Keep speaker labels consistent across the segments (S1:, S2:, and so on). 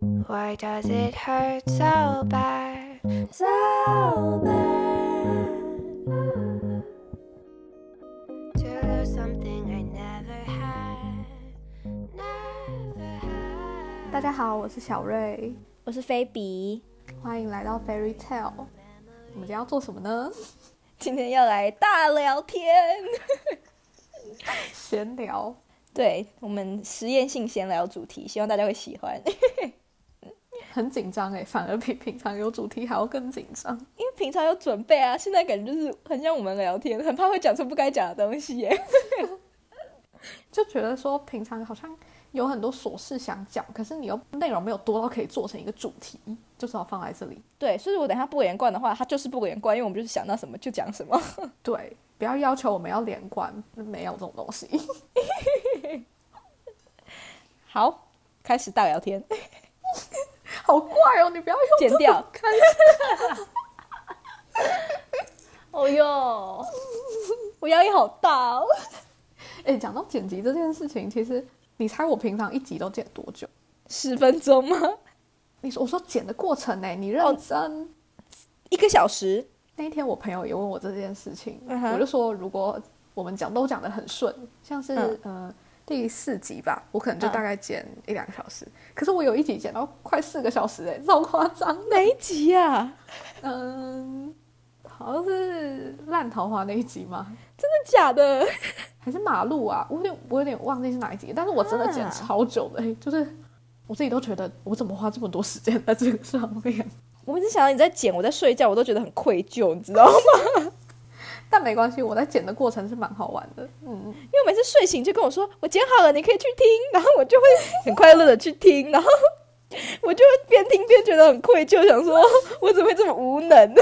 S1: Why does it hurt so bad? So bad. To lose something I never had. Never
S2: 大
S1: had.
S2: 家好，我是小瑞，
S3: 我是菲比，
S2: 欢迎来到 Fairy Tale。我们今天要做什么呢？
S3: 今天要来大聊天。
S2: 闲聊。
S3: 对我们实验性闲聊主题，希望大家会喜欢。
S2: 很紧张哎，反而比平常有主题还要更紧张。
S3: 因为平常有准备啊，现在感觉就是很像我们聊天，很怕会讲出不该讲的东西耶。
S2: 就觉得说平常好像有很多琐事想讲，可是你又内容没有多到可以做成一个主题，就只好放在这里。
S3: 对，所以我等一下不连贯的话，它就是不连贯，因为我们就是想到什么就讲什么。
S2: 对，不要要求我们要连贯，没有这种东西。
S3: 好，开始大聊天，
S2: 好怪哦，你不要用
S3: 剪掉。
S2: 开
S3: 哦哟，我压力好大哦。
S2: 哎、讲到剪辑这件事情，其实你猜我平常一集都剪多久？
S3: 十分钟吗？
S2: 你说我说剪的过程呢、你
S3: 哦
S2: 认真。
S3: 一个小时？
S2: 那一天我朋友也问我这件事情，
S3: 嗯哼
S2: 我就说如果我们讲都讲得很顺，像是、
S3: 嗯
S2: 呃第四集吧，我可能就
S3: 嗯
S2: 大概剪一两个小时，可是我有一集剪到快四个小时、欸，哎，超夸张。
S3: 哪一集啊？
S2: 嗯，好像是烂桃花那一集吗？
S3: 真的假的？
S2: 还是马路啊？我有点我有点忘记是哪一集，但是我真的剪
S3: 啊
S2: 超久的、欸，就是我自己都觉得我怎么花这么多时间在这个上面。
S3: 我每次想到你在剪，我在睡觉，我都觉得很愧疚，你知道吗？
S2: 但没关系，我在剪的过程是蛮好玩的。嗯，
S3: 因为我每次睡醒就跟我说我剪好了，你可以去听，然后我就会很快乐的去听，然后我就会边听边觉得很愧疚，想说我怎么会这么无能？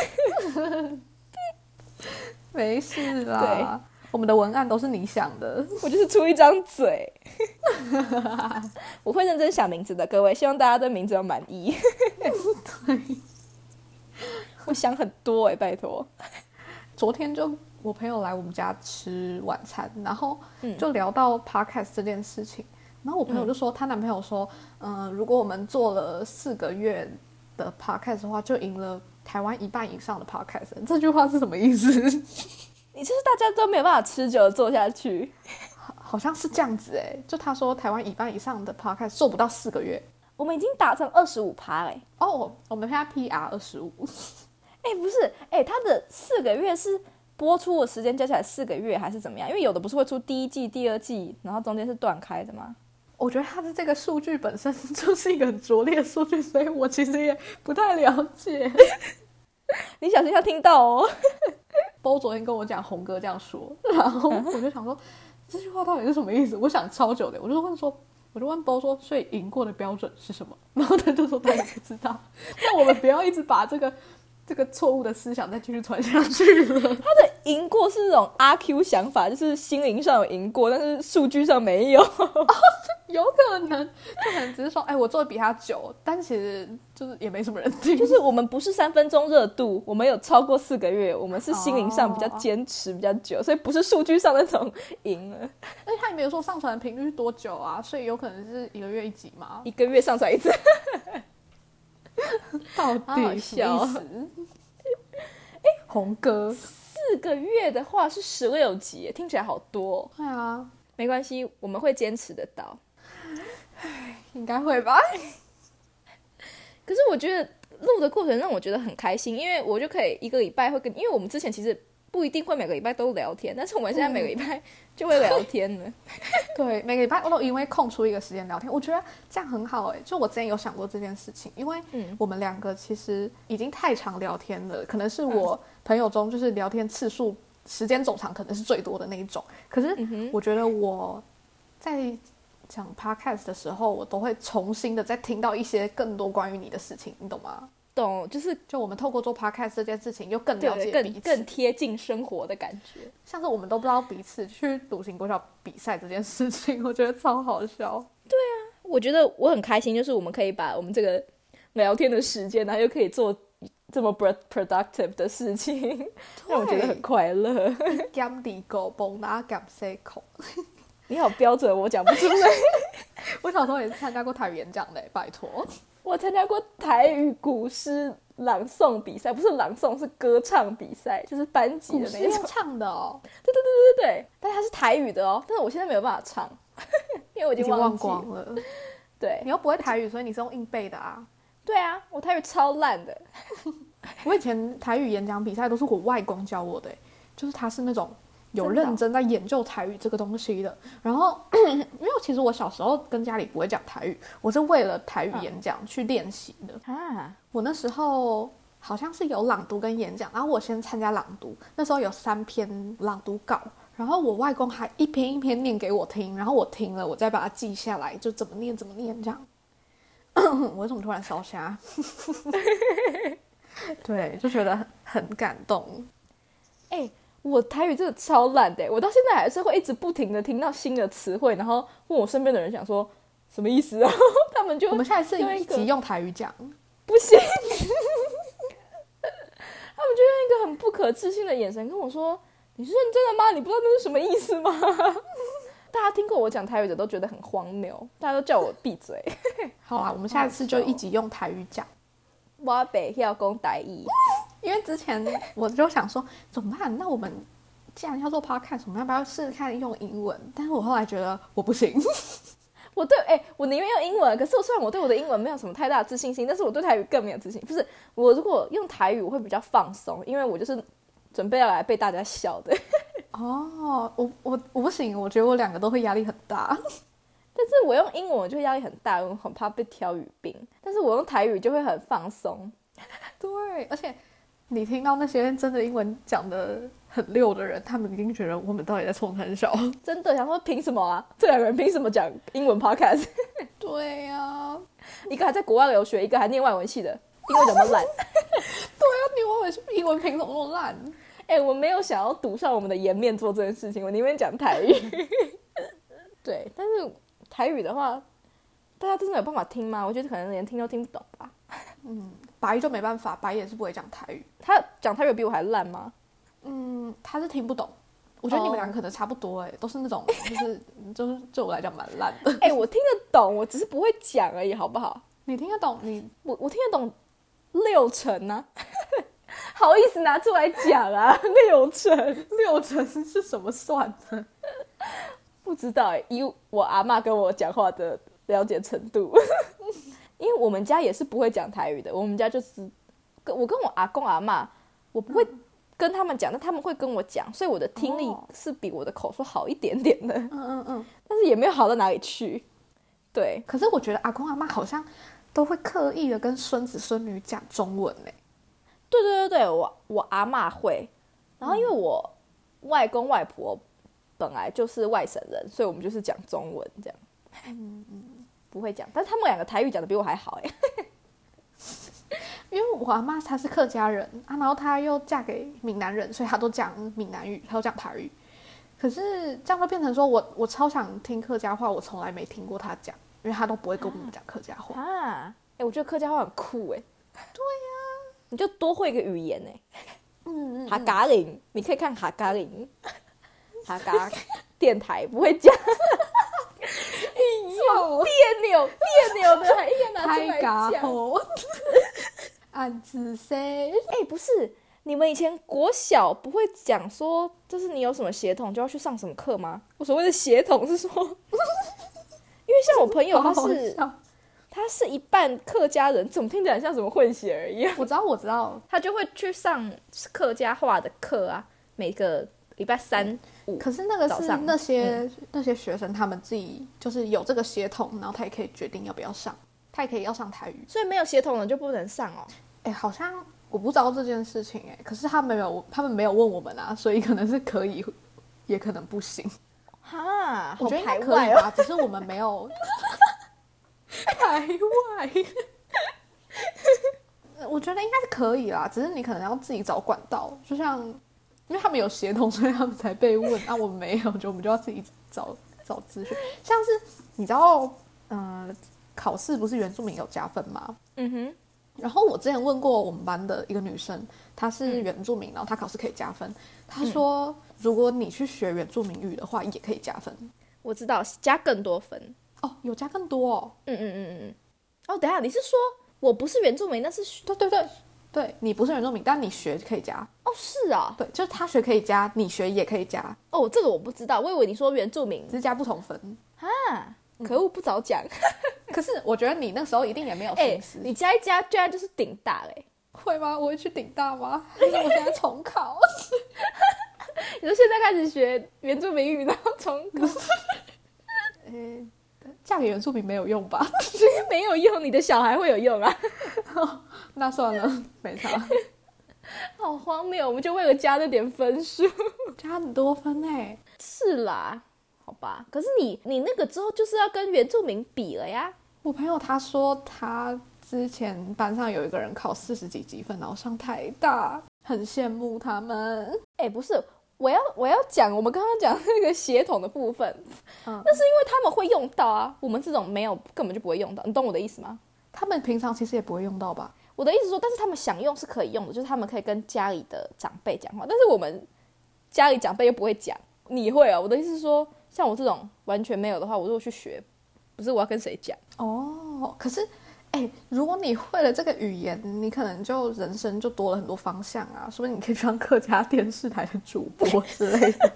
S2: 没事啦。我们的文案都是你想的，
S3: 我就是出一张嘴。我会认真想名字的，各位，希望大家对名字要满意。我想很多哎、拜托。
S2: 昨天就我朋友来我们家吃晚餐，然后
S3: 嗯
S2: 就聊到 podcast 这件事情，然后我朋友就说，她男朋友说，嗯、如果我们做了四个月的 podcast 的话，就赢了台湾一半以上的 podcast。这句话是什么意思？
S3: 你就是大家都没有办法持久的做下去
S2: 好像是这样子哎、就他说台湾一半以上的 podcast 做不到四个月。
S3: 我们已经打成二十五趴哎，
S2: 哦，我们现在 PR 二十五，
S3: 哎、不是，哎、它的四个月是播出的时间加起来四个月还是怎么样？因为有的不是会出第一季、第二季，然后中间是断开的吗？
S2: 我觉得他的这个数据本身就是一个很拙劣的数据，所以我其实也不太了解。
S3: 你小心要听到哦。
S2: 包昨天跟我讲红哥这样说，然后我就想说这句话到底是什么意思？我想超久的，我就问说，我就问包说，所以赢过的标准是什么？然后他就说他也不知道。 那我们不要一直把这个这个错误的思想再继续传下去了。
S3: 他的赢过是那种阿 Q 想法，就是心灵上有赢过，但是数据上没有。
S2: 有可能，就可能只是说，哎，我做的比他久，但其实就是也没什么人听。
S3: 就是我们不是三分钟热度，我们有超过四个月，我们是心灵上比较
S2: 哦
S3: 坚持比较久，所以不是数据上那种赢了
S2: 而且他也没有说上传的频率是多久啊，所以有可能是一个月一集 嘛。
S3: 一个月上传一次。
S2: 到
S3: 好好
S2: 底什么意
S3: 笑
S2: 思？哎，红哥，
S3: 四个月的话是十六集，听起来好多、哦。
S2: 对啊，
S3: 没关系，我们会坚持得到。
S2: 应该会吧。
S3: 可是我觉得录的过程让我觉得很开心，因为我就可以一个礼拜会跟，因为我们之前其实不一定会每个礼拜都聊天，但是我们现在每个礼拜就会聊天了。
S2: 对，每个礼拜哦我都因为空出一个时间聊天，我觉得这样很好哎、就我之前有想过这件事情，因为
S3: 嗯，
S2: 我们两个其实已经太常聊天了，可能是我朋友中就是聊天次数、时间总长可能是最多的那一种。可是
S3: 嗯哼，
S2: 我觉得我在讲 podcast 的时候，我都会重新的再听到一些更多关于你的事情，你懂吗？
S3: 懂，就是
S2: 就我们透过做 podcast 这件事情，又更了
S3: 对
S2: 解
S3: 更
S2: 彼
S3: 更
S2: 此。
S3: 贴近生活的感觉。
S2: 像是我们都不知道彼此去独行国小比赛这件事情，我觉得超好笑。
S3: 我觉得我很开心，就是我们可以把我们这个聊天的时间，然后又可以做这么 pro- productive 的事情，让我觉得很快乐。
S2: 甘地狗崩拉甘塞口。
S3: 你好标准，我讲不出来。
S2: 我小时候也是参加过台语演讲的，拜托。
S3: 我参加过台语古诗朗诵比赛，不是朗诵，是歌唱比赛，就是班级
S2: 古
S3: 的那
S2: 诗
S3: 一
S2: 用
S3: 种。
S2: 唱的哦，
S3: 对对对，但它是台语的哦，但是我现在没有办法唱， 因为我已
S2: 已
S3: 经
S2: 经忘
S3: 记了
S2: 光了。
S3: 对
S2: 你，又不会台语，所以你是用硬背的啊。
S3: 对啊，我台语超烂的。
S2: 我以前台语演讲比赛都是我外公教我的欸、就是他是那种有
S3: 真的哦
S2: 认真在研究台语这个东西的。然后，因为其实我小时候跟家里不会讲台语，我是为了台语
S3: 嗯
S2: 演讲去练习的。
S3: 啊，
S2: 我那时候好像是有朗读跟演讲，然后我先参加朗读，那时候有三篇朗读稿，然后我外公还一篇一篇念给我听，然后我听了，我再把它记下来，就怎么念怎么念这样。 我怎么突然烧瞎？ 对，就觉得很很感动。
S3: 哎、我台语真的超烂的，我到现在还是会一直不停的听到新的词汇，然后问我身边的人，想说什么意思啊？ 他们就
S2: 我们下一次
S3: 用一
S2: 一
S3: 个
S2: 起用台语讲，
S3: 不行， 他们就用一个很不可置信的眼神跟我说：“你是认真的吗？你不知道那是什么意思吗？” 大家听过我讲台语的都觉得很荒谬，大家都叫我闭嘴。
S2: 好啊，我们下一次就一起用台语讲。
S3: 我北要讲台语，
S2: 因为之前我就想说，怎么办？那我们既然要做 podcast，我们要不要试试看用英文？但是我后来觉得我不行，
S3: 我对哎、我宁愿用英文。可是我虽然我对我的英文没有什么太大的自信心，但是我对台语更没有自信。不是我如果用台语，我会比较放松，因为我就是准备要来被大家笑的。
S2: 哦，我我我不行，我觉得我两个都会压力很大。
S3: 但是我用英文我就会压力很大，我很怕被挑语病。但是我用台语就会很放松。
S2: 对，而且你听到那些真的英文讲的很溜的人，他们一定觉得我们到底在冲很小。
S3: 真的想说凭什么啊？这两个人凭什么讲英文 podcast？
S2: 对呀、
S3: 一个还在国外留学，一个还念外文系的，英文怎么烂？
S2: 你我文英文凭什么那么烂？
S3: 哎、我没有想要赌上我们的颜面做这件事情，我宁愿讲台语。对，但是台语的话，大家真的有办法听吗？我觉得可能连听都听不懂吧。
S2: 白就没办法，白也是不会讲台语。
S3: 他讲台语比我还烂吗？
S2: 嗯，他是听不懂。我觉得你们两个可能差不多哎、都是那种，就是就是对我来讲蛮烂的。
S3: 哎、我听得懂，我只是不会讲而已，好不好？
S2: 你听得懂你
S3: 我我听得懂六成呢、啊， 好意思拿出来讲啊？六成。
S2: 六成是什么算的？
S3: 不知道欸以我阿妈跟我讲话的了解程度， 因为我们家也是不会讲台语的，我们家就是跟我跟我阿公阿妈，我不会跟他们讲，但他们会跟我讲，所以我的听力
S2: 哦
S3: 是比我的口说好一点点的，
S2: 嗯嗯嗯。
S3: 但是也没有好到哪里去。对，
S2: 可是我觉得阿公阿妈好像都会刻意的跟孙子孙女讲中文哎、
S3: 对对对对，我我阿妈会，然后因为我外公外婆本来就是外省人，所以我们就是讲中文这样，不会讲，但是他们两个台语讲的比我还好哎。
S2: 因为我阿妈她是客家人啊，然后她又嫁给闽南人，所以她都讲闽南语，她都讲台语。可是这样就变成说我我超想听客家话，我从来没听过她讲，因为她都不会跟我们讲客家话。
S3: 啊，哎、我觉得客家话很酷哎、对呀、你就多会一个语言哎、
S2: 嗯嗯
S3: 哈嘎林，你可以看哈嘎 林，哈嘎电台不会讲，
S2: 哎有
S3: 别扭别扭的，还硬要拿出
S2: 太
S3: 来
S2: 嘎
S3: 讲。
S2: 吼，俺子 say
S3: 哎、不是，你们以前国小不会讲说，就是你有什么血统就要去上什么课吗？我所谓的血统 是说，因为像我朋友他是他是一半客家人，怎么听起来像什么混血儿一样？
S2: 我知道，我知道，
S3: 他就会去上客家话的课啊，每个礼拜三五。
S2: 可是那个
S3: 早
S2: 是
S3: 上嗯
S2: 那些、那些学生他们自己就是有这个协同，然后他也可以决定要不要上，他也可以要上台语。
S3: 所以没有协同的就不能上哦。
S2: 哎，好像我不知道这件事情哎，可是他没有他们没有问我们啊，所以可能是可以，也可能不行。
S3: 哈，好
S2: 我觉得应
S3: 排
S2: 该可
S3: 外
S2: 以
S3: 哦。
S2: 吧，只是我们没 有排外。 我觉得应该是可以啦，只是你可能要自己找管道，就像因为他们有协同，所以他们才被问啊，我们没有，就我们就要自己找找资讯。像是你知道，呃，考试不是原住民有加分吗？
S3: 嗯哼，
S2: 然后我之前问过我们班的一个女生，她是原住民，然后她考试可以加分。她说，如果你去学原住民语的话，也可以加分。
S3: 我知道，加更多分。
S2: 哦，有加更多哦。
S3: 嗯嗯嗯嗯嗯。哦，等一下，你是说我不是原住民，但是
S2: 对对对对，你不是原住民，但你学可以加。
S3: 哦是啊，
S2: 对，就是他学可以加，你学也可以加，
S3: 哦这个我不知道，我以为你说原住民
S2: 只是加不同分。
S3: 啊，可恶不早 讲，
S2: 可是我觉得你那时候一定也没有
S3: 哎、
S2: 心思，
S3: 你加一加居然就是顶大嘞、
S2: 会吗？我会去顶大吗？还是我现在重考？
S3: 你说现在开始学原住民语，然后 从高
S2: 诶嫁给原住民没有用吧？
S3: 没有用，你的小孩会有用啊？
S2: 那算了，没差，
S3: 好荒谬，我们就为了加那点分数。
S2: 加很多分哎、
S3: 是啦，好吧，可是你你那个之后就是要跟原住民比了呀。
S2: 我朋友他说他之前班上有一个人考四十几积分，然后上台大，很羡慕他们。
S3: 哎，不是，我要我要讲我们刚刚讲那个血统的部分，
S2: 嗯
S3: 那是因为他们会用到啊，我们这种没有根本就不会用到，你懂我的意思吗？
S2: 他们平常其实也不会用到吧？
S3: 我的意思说，但是他们想用是可以用的，就是他们可以跟家里的长辈讲话，但是我们家里长辈又不会讲，你会啊？我的意思是说，像我这种完全没有的话，我如果去学，不是我要跟谁讲？
S2: 哦，可是，哎、如果你会了这个语言，你可能就人生就多了很多方向啊，说不定你可以去当客家电视台的主播之类的。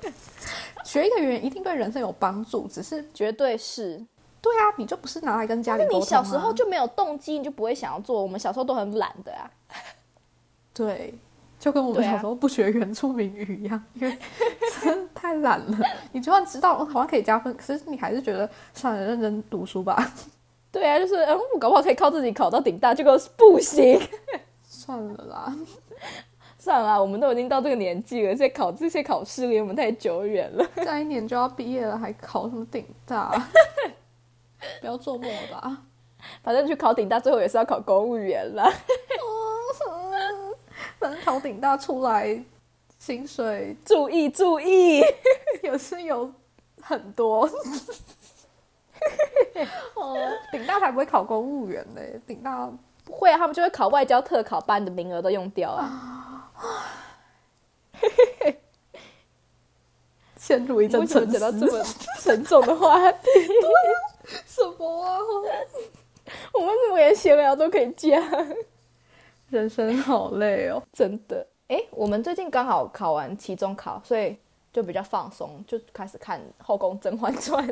S2: 学一个语言一定对人生有帮助，只是
S3: 绝对是，
S2: 对啊，你就不是拿来跟家里
S3: 那
S2: 沟通、啊。
S3: 你小时候就没有动机，你就不会想要做。我们小时候都很懒的啊。
S2: 对，就跟我们
S3: 对啊
S2: 小时候不学原住民语一样，因为 真的太懒了。你就算知道哦好像可以加分，可是你还是觉得算了，认真读书吧，
S3: 对啊，就是嗯，我搞不好可以靠自己考到顶大，结果不行。
S2: 算了啦。
S3: 算了啊，我们都已经到这个年纪了，这些考这些考试离我们太久远了。
S2: 再一年就要毕业了，还考什么顶大？ 不要做梦了吧。
S3: 反正去考顶大，最后也是要考公务员啦。
S2: 反正考顶大出来，薪水
S3: 注意注意，
S2: 也是有很多。 哦，顶大才不会考公务员呢、顶大
S3: 不会啊，他们就会考外交特考，把你的名额都用掉啊。
S2: 陷入一阵
S3: 为什么
S2: 沉
S3: 讲到
S2: 思
S3: 这。么 沉重的话题？
S2: 什么啊？
S3: 我们怎么连闲聊都可以讲？
S2: 人生好累哦。
S3: 真的。诶，我们最近刚好考完期中考，所以就比较放松，就开始看《后宫甄嬛传》。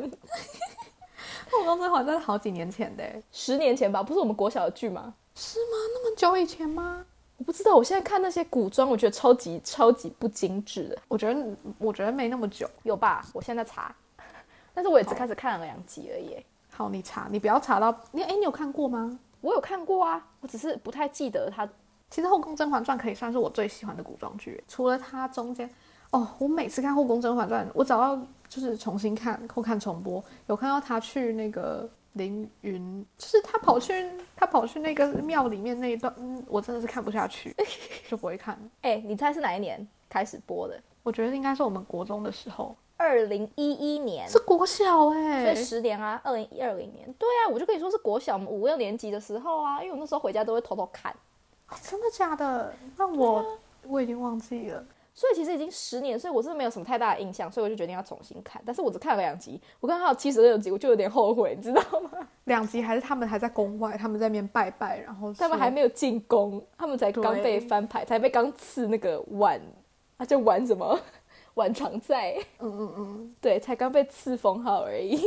S2: 后宫甄嬛传》是好几年前的耶，
S3: 十年前吧，不是我们国小的剧吗？
S2: 是吗？那么久以前吗？
S3: 我不知道，我现在看那些古装，我觉得超级超级不精致的，
S2: 我觉得，我觉得没那么久。
S3: 有吧？我现在查， 但是我也只开始看了两集而已耶。
S2: 好，你查，你不要查到你。哎，你有看过吗？
S3: 我有看过啊，我只是不太记得它。
S2: 其实《后宫甄嬛传》可以算是我最喜欢的古装剧耶，除了它中间，哦，我每次看《后宫甄嬛传》，我只要就是重新看或看重播，有看到她去那个凌云，就是她跑去她跑去那个庙里面那一段，嗯，我真的是看不下去，就不会看了。
S3: 哎，你猜是哪一年开始播的？
S2: 我觉得应该是我们国中的时候，
S3: 二零一一年，
S2: 是国小
S3: 所
S2: 哎、
S3: 以十年啊，二零一二零年。对啊，我就跟你说是国小我们五六年级的时候啊，因为我那时候回家都会偷偷看，
S2: 哦真的假的？那我、
S3: 啊
S2: 我已经忘记了。
S3: 所以其实已经十年，所以我真的没有什么太大的印象，所以我就决定要重新看。但是我只看了两集，我看到七十六集，我就有点后悔，你知道吗？
S2: 两集还是他们还在宫外，他们在那边拜拜，然后
S3: 他们
S2: 说
S3: 还没有进宫，他们才刚被
S2: 对
S3: 翻牌，才被刚刺那个碗，啊，叫碗什么？ 碗常在，
S2: 嗯嗯嗯。
S3: 对，才刚被刺封号而已。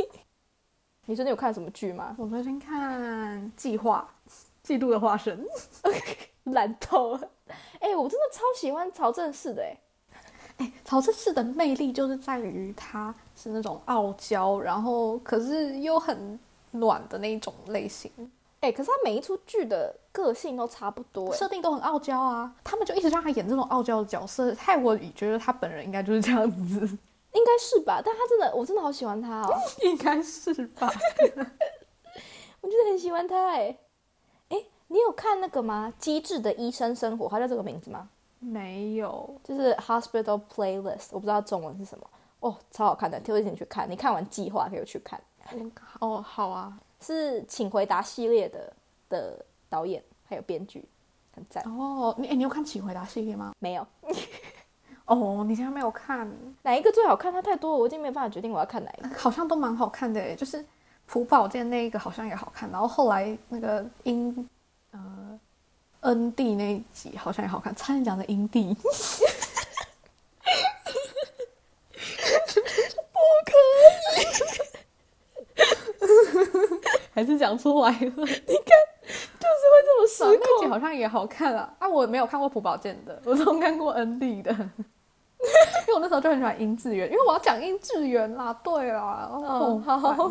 S3: 你最近有看什么剧吗？
S2: 我最近看《计划》，嫉妒的化身。
S3: 烂透了！哎、我真的超喜欢曹正奭的哎、
S2: 曹正奭的魅力就是在于他是那种傲娇，然后可是又很暖的那一种类型，
S3: 哎、可是他每一出剧的个性都差不多哎、
S2: 设定都很傲娇啊。他们就一直让他演这种傲娇的角色，害我觉得他本人应该就是这样子，
S3: 应该是吧？但他真的，我真的好喜欢他哦，
S2: 应该是吧？
S3: 我真的很喜欢他哎、哎、你有看那个吗？《机智的医生生活》，他叫这个名字吗？
S2: 没有，
S3: 就是 Hospital Playlist，我不知道中文是什么。哦，超好看的，推荐你去看。你看完计划可以去看，
S2: 我哦，好啊，
S3: 是《请回答》系列的的导演还有编剧，很赞。
S2: 哦，你哎、你有看《请回答》系列吗？
S3: 没有
S2: 哦，你竟然没有看，
S3: 哪一个最好看，它太多了，我已经没办法决定我要看哪一个。
S2: 好像都蛮好看的诶，就是朴宝剑那一个好像也好看，然后后来那个英呃恩地那一集好像也好看，差点讲的英帝， 还是讲出来了。
S3: 就是会这么失
S2: 那一集
S3: 控。
S2: 好像也好看了啊！我没有看过朴宝剑的，我从看过恩利的，因为我那时候就很喜欢殷志源，因为我要讲殷志源啦，对啦，
S3: 哦，
S2: 哦，
S3: 好好好。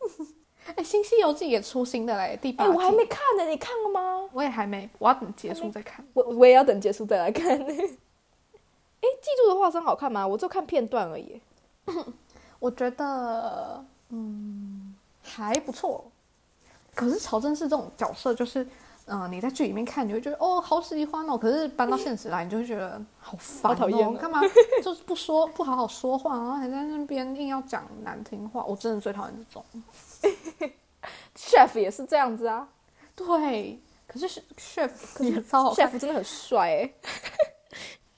S2: 哎、新西游记》也出新的嘞，第八
S3: 哎、
S2: 季、
S3: 我还没，看呢，你看了吗？
S2: 我也还没，我要等结束再看。
S3: 我我也要等结束再来看。 哎、记住的化身好看吗？我就看片段而已。
S2: 我觉得，嗯，还不错。可是曹真是这种角色，就是，嗯、你在剧里面看，你会觉得哦，好喜欢哦。可是搬到现实来，你就会觉得好烦、
S3: 好
S2: 哦，
S3: 讨厌哦
S2: 干 嘛就是不说不好好说话，然后还在那边硬要讲难听话。我真的最讨厌这种。
S3: Chef 也是这样子啊
S2: 对，可是是 chef 也超好看，
S3: ，Chef 真的很帅哎、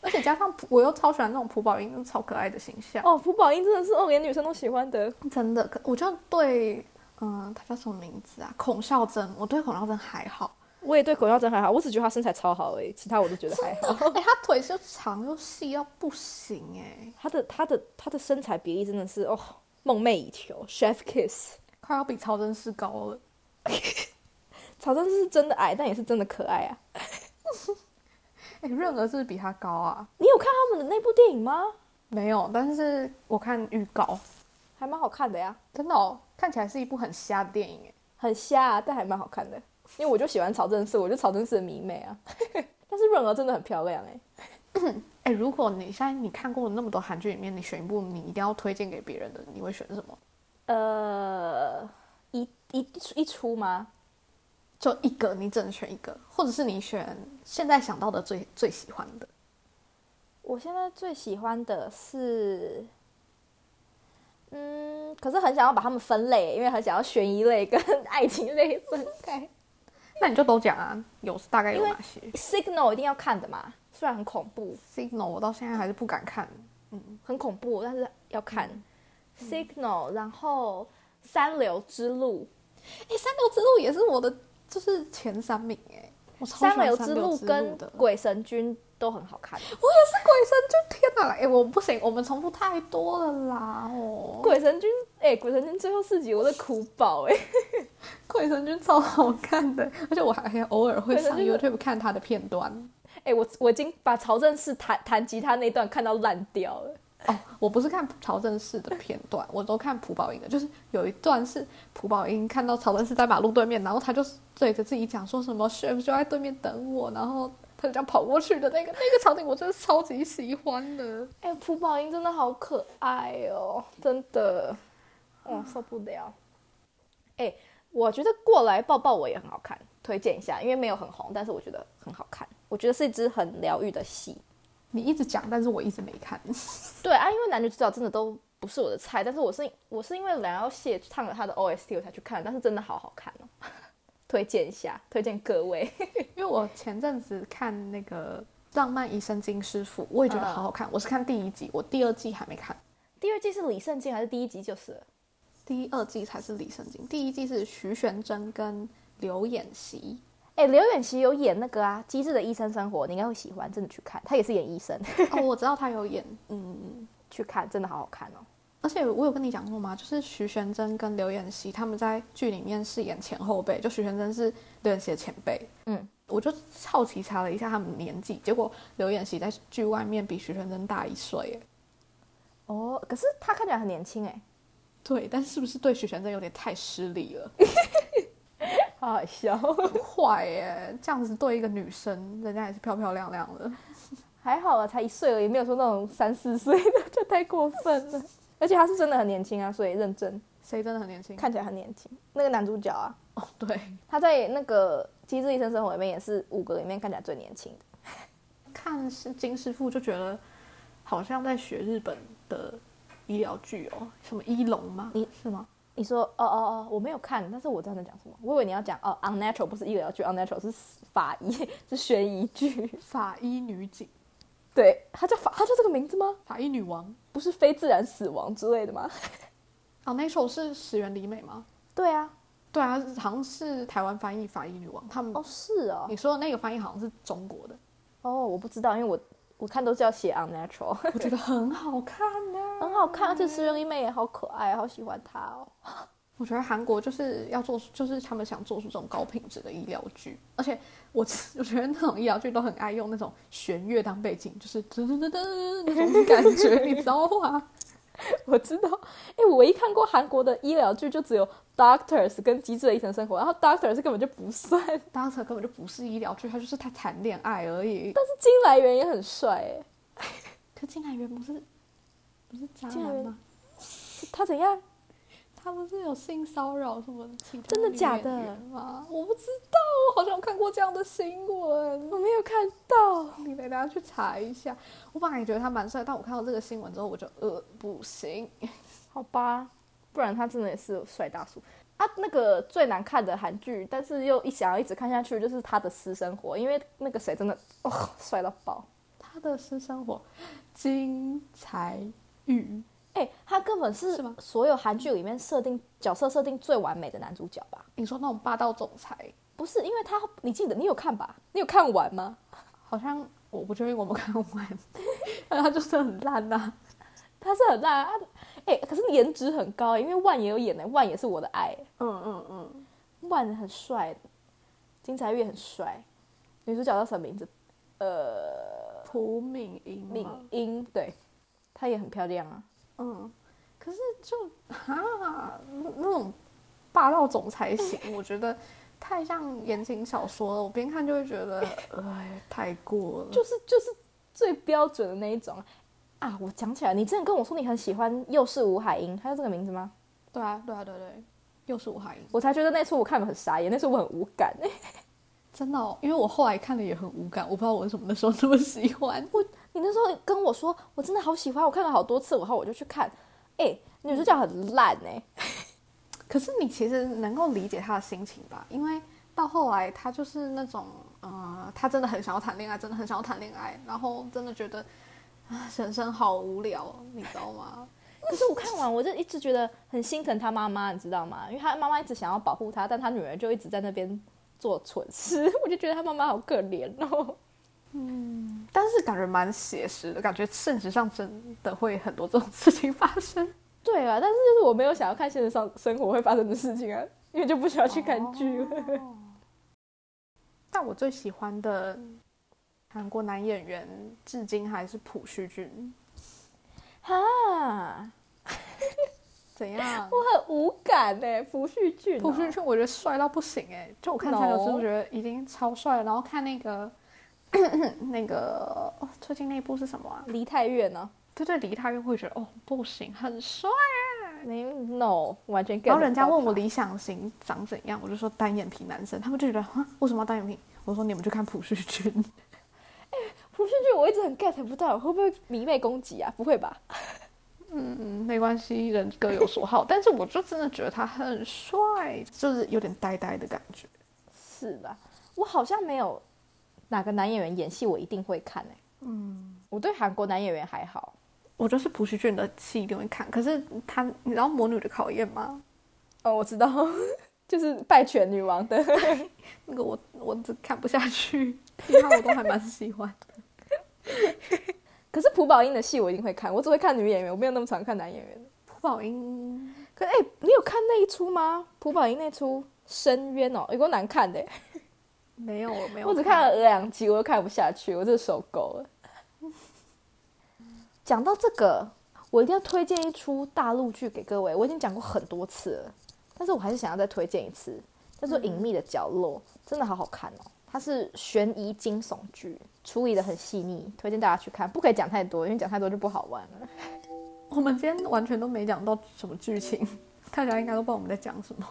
S2: 而且加上朴我又超喜欢那种朴宝英超可爱的形象。
S3: 哦，朴宝英真的是哦，连女生都喜欢的。
S2: 真的，可我就对，嗯，他叫什么名字啊？孔孝真，我对孔孝真还好，
S3: 我也对孔孝真还好，我只觉得她身材超好而已，其他我都觉得还好。
S2: 哎、他腿是长又细到不行哎、
S3: 她的她的她的身材比例真的是哦，梦寐以求，Chef Kiss。
S2: 快要比曹真是高了。
S3: 曹真是真的矮，但也是真的可爱啊。
S2: 哎、润儿是不是比他高啊？
S3: 你有看他们的那部电影吗？
S2: 没有，但是我看预告，
S3: 还蛮好看的呀，
S2: 真的、哦、看起来是一部很瞎的电影哎、
S3: 很瞎、啊，但还蛮好看的。因为我就喜欢曹真是，我就曹真是的迷妹啊。 但是润儿真的很漂亮哎、
S2: 哎、如果你现在你看过那么多韩剧里面，你选一部你一定要推荐给别人的，你会选什么？
S3: 呃，一一一出吗？
S2: 就一个，你只能选一个，或者是你选现在想到的最最喜欢的。
S3: 我现在最喜欢的是，嗯，可是很想要把它们分类，因为很想要悬疑类跟 爱情类分开。
S2: 那你就都讲啊，有大概有哪些
S3: Signal 一定要看的嘛，虽然很恐怖，
S2: ？Signal 我到现在还是不敢看，
S3: 很恐怖，但是要看。Signal，然嗯后三流之路，
S2: 哎、三流之路也是我的，就是前三名哎、我超喜欢
S3: 三流
S2: 三
S3: 之
S2: 流
S3: 路跟
S2: 的
S3: 鬼神君都很好看。
S2: 我也是鬼神君，天哪！哎、我不行，我们重复太多了啦哦。
S3: 鬼神君，哎、鬼神君最后四集我在哭爆哎、
S2: 鬼神君超好看的，而且我还偶尔会上
S3: 鬼神
S2: YouTube 看他的片段。
S3: 哎、我我已经把曹正奭弹弹吉他那段看到烂掉了。
S2: 哦，我不是看曹正奭的片段，我都看朴宝英的。就是有一段是朴宝英看到曹正奭在马路对面，然后他就对着自己讲说什么 “chef 就在对面等我”，然后他就这样跑过去的那个那个场景，我真的超级喜欢的。
S3: 哎、朴宝英真的好可爱哦，真的，我、受不了。哎、我觉得过来抱抱我也很好看，推荐一下，因为没有很红，但是我觉得很好看，我觉得是一支很疗愈的戏。
S2: 你一直讲，但是我一直没看。
S3: 对啊，因为男女主角真的都不是我的菜，但是我是我是因为梁耀谢唱了他的 OST 我才去看，但是真的好好看哦， 推荐一下，推荐各位。
S2: 因为我前阵子看那个《浪漫医生金师傅》，我也觉得好好看。我是看第一集，我第二季还没看，
S3: 第二季是李圣经还是第一集就是了？
S2: 第二季才是李圣经，第一季是徐玄真跟刘演熙。
S3: 哎、刘远奇有演那个啊，《机智的医生生活》，你应该会喜欢，真的去看，他也是演医生，
S2: 哦，我知道他有演，嗯。
S3: 去看真的好好看哦。
S2: 而且我有跟你讲过吗？就是徐玄真跟刘演熙他们在剧里面是演前后辈，就徐玄真是刘演熙的前辈。
S3: 嗯，
S2: 我就好奇查了一下他们年纪，结果刘演熙在剧外面比徐玄真大一岁耶。
S3: 哦，可是他看起来很年轻哎，
S2: 对，但是不是对徐玄真有点太失礼了？
S3: 好好笑。
S2: 很坏耶，这样子对一个女生，人家也是漂漂亮亮的。
S3: 还好啊，才一岁而已，没有说那种三四岁的，就太过分 了。而且他是真的很年轻啊，所以认真
S2: 谁真的很年轻？
S3: 看起来很年轻。那个男主角啊，
S2: 哦，对，
S3: 他在那个《机智医生生活》里面也是五个里面看起来最年轻的。
S2: 看是金师傅就觉得好像在学日本的医疗剧哦，什么医龙吗？
S3: 你
S2: 是吗？
S3: 你说哦哦哦，我没有看，但是我知道你在讲什么。我以为你要讲哦，unnatural 不是医疗剧，unnatural 是法医， 是悬疑剧。
S2: 法医女警、
S3: 对，他叫法，他叫这个名字吗？
S2: 法医女王。
S3: 不是非自然死亡之类的吗？
S2: 哦，那一首是石原里美吗？
S3: 对啊，
S2: 对啊，好像是台湾翻译法医女王，他们、
S3: 哦是哦，
S2: 你说的那个翻译好像是中国的，
S3: 哦我不知道，因为我我看都是要写 unnatural，
S2: 我觉得很好看啊呢、
S3: 很好看，而且石原一妹也好可爱，好喜欢她哦。
S2: 我觉得韩国就是要做出，就是他们想做出这种高品质的医疗剧，而且我我觉得那种医疗剧都很爱用那种弦乐当背景，就是噔噔噔噔那种感觉，你知道吗？
S3: 我知道，哎、我唯一看过韩国的医疗剧就只有 Doctors 跟《机智的医生生活》，然后 Doctors 根本就不算， 但
S2: 当时根本就不是医疗剧，他就是他谈恋爱而已。
S3: 是金来源也很帅哎，
S2: 可金来源不是不是渣
S3: 金来
S2: 男
S3: 源
S2: 吗？
S3: 他怎样？
S2: 他不是有性骚扰什么其他
S3: 真的
S2: 女
S3: 假
S2: 演
S3: 的
S2: 员吗？我不知道，我好像有看过这样的新闻，
S3: 我没有看到，
S2: 你得大家去查一下。我本来也觉得他蛮帅，但我看到这个新闻之后，我就呃不行。
S3: 好吧，不然他真的也是帅大叔啊。那个最难看的韩剧，但是又一想要一直看下去，就是他的私生活，因为那个谁真的哦帅到爆，
S2: 他的私生活金财玉，
S3: 哎、他根本是
S2: 是吗
S3: 所有韩剧里面设定角色设定最完美的男主角吧？
S2: 你说那种霸道总裁，
S3: 不是，因为他你记得你有看吧？你有看完吗？
S2: 好像我不确定我们 看完，但他就是很烂呐、
S3: 他是很烂啊，哎、可是颜值很高、因为万也有演的、万也是我的爱、
S2: 嗯嗯嗯，
S3: 万很帅，金财玉也很帅，女主角叫什么名字？呃，
S2: 朴敏英吗
S3: 敏英，对，她也很漂亮啊。
S2: 嗯，可是就啊，那那种霸道总裁型，我觉得太像言情小说了。我边看就会觉得，哎，太过了。
S3: 就是就是最标准的那一种啊啊！我讲起来，你之前跟我说你很喜欢又是吴海英，她叫这个名字吗？
S2: 对啊，对啊，对对，又是吴海英，
S3: 我才觉得那出我看的很傻眼，那出我很无感、
S2: 真的、哦，因为我后来看了也很无感，我不知道我为什么那时候那么喜欢。
S3: 你那时候跟我说我真的好喜欢，我看了好多次，然后我就去看，哎、女主角很烂哎、
S2: 可是你其实能够理解他的心情吧，因为到后来他就是那种，呃，他真的很想要谈恋爱，真的很想要谈恋爱，然后真的觉得啊，人生好无聊，你知道吗？
S3: 可是我看完，我就一直觉得很心疼他妈妈，你知道吗？因为他妈妈一直想要保护他，但他女儿就一直在那边做蠢事， 我就觉得他妈妈好可怜哦。
S2: 但是感觉蛮写实的，感觉现实上真的会很多这种事情发 生。
S3: 对啊，但是就是我没有想要看现实上生活会发生的事情啊，因为就不需要去看剧
S2: 哦
S3: 了。
S2: 但我最喜欢的韩国男演员至今还是朴叙俊。
S3: 哈，
S2: 怎样？
S3: 我很无感哎、朴叙俊、
S2: 朴叙，俊我觉得帅到不行哎、就我看三个字
S3: No
S2: 我觉得已经超帅了，然后看那个 那个、哦、最近那一部是什么啊？
S3: 离太远呢、
S2: 对对，离他越会觉得哦不行，很帅。啊
S3: 没 no，完全 get 不到他。
S2: 然后人家问我理想型长怎样，我就说单眼皮男生，他们就觉得啊为什么要单眼皮？我说你们去看朴叙俊，
S3: 朴叙俊，我一直很 get 不到，会不会迷妹攻击啊？不会吧？
S2: 嗯，没关系，人各有所好。但是我就真的觉得他很帅，就是有点呆呆的感觉。
S3: 是吧？我好像没有哪个男演员演戏我一定会看哎、嗯，我对韩国男演员还好，
S2: 我就是朴叙俊的戏一定会看，可是他你知道《魔女的考验》吗？
S3: 哦，我知道， 就是《拜犬女王》的，
S2: 那个我我只看不下去，其他我都还蛮喜欢。
S3: 可是朴宝英的戏我一定会看，我只会看女演员，我没有那么常看男演员。
S2: 朴宝英，
S3: 可哎、你有看那一出吗？朴宝英那出《深渊》哦，有够难看的欸，
S2: 没有没有，
S3: 我只看了两集，我就看不下去，我这受够了。 讲到这个，我一定要推荐一出大陆剧给各位，我已经讲过很多次了，但是我还是想要再推荐一次，叫做《隐秘的角落》，真的好好看哦。它是悬疑惊悚剧，处理的很细腻，推荐大家去看。不可以讲太多，因为讲太多就不好玩了。
S2: 我们今天完全都没讲到什么剧情，大家应该都不知道我们在讲什么。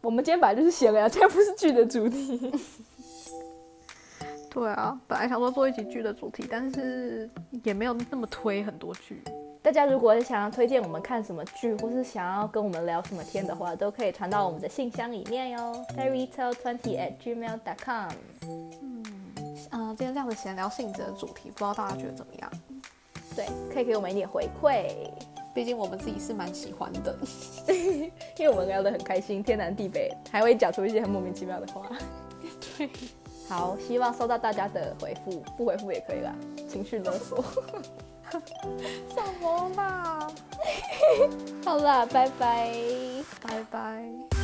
S3: 我们今天本来就是闲聊， 今天不是剧的主题。
S2: 对啊，本来想说做一集剧的主题，但是也没有那么推很多剧。
S3: 大家如果想要推荐我们看什么剧，或是想要跟我们聊什么天的话，都可以传到我们的信箱里面哟 h a r r y t e l twenty at gmail dot com。
S2: 嗯、今天这样的闲聊性质的主题，不知道大家觉得怎么样？
S3: 对，可以给我们一点回馈。
S2: 毕竟我们自己是蛮喜欢的。
S3: 因为我们聊得很开心，天南地北，还会讲出一些很莫名其妙的话。
S2: 对，
S3: 好，希望收到大家的回复，不回复也可以啦，情绪勒 索。
S2: 怎么啦？
S3: 好啦，拜拜。
S2: 拜拜。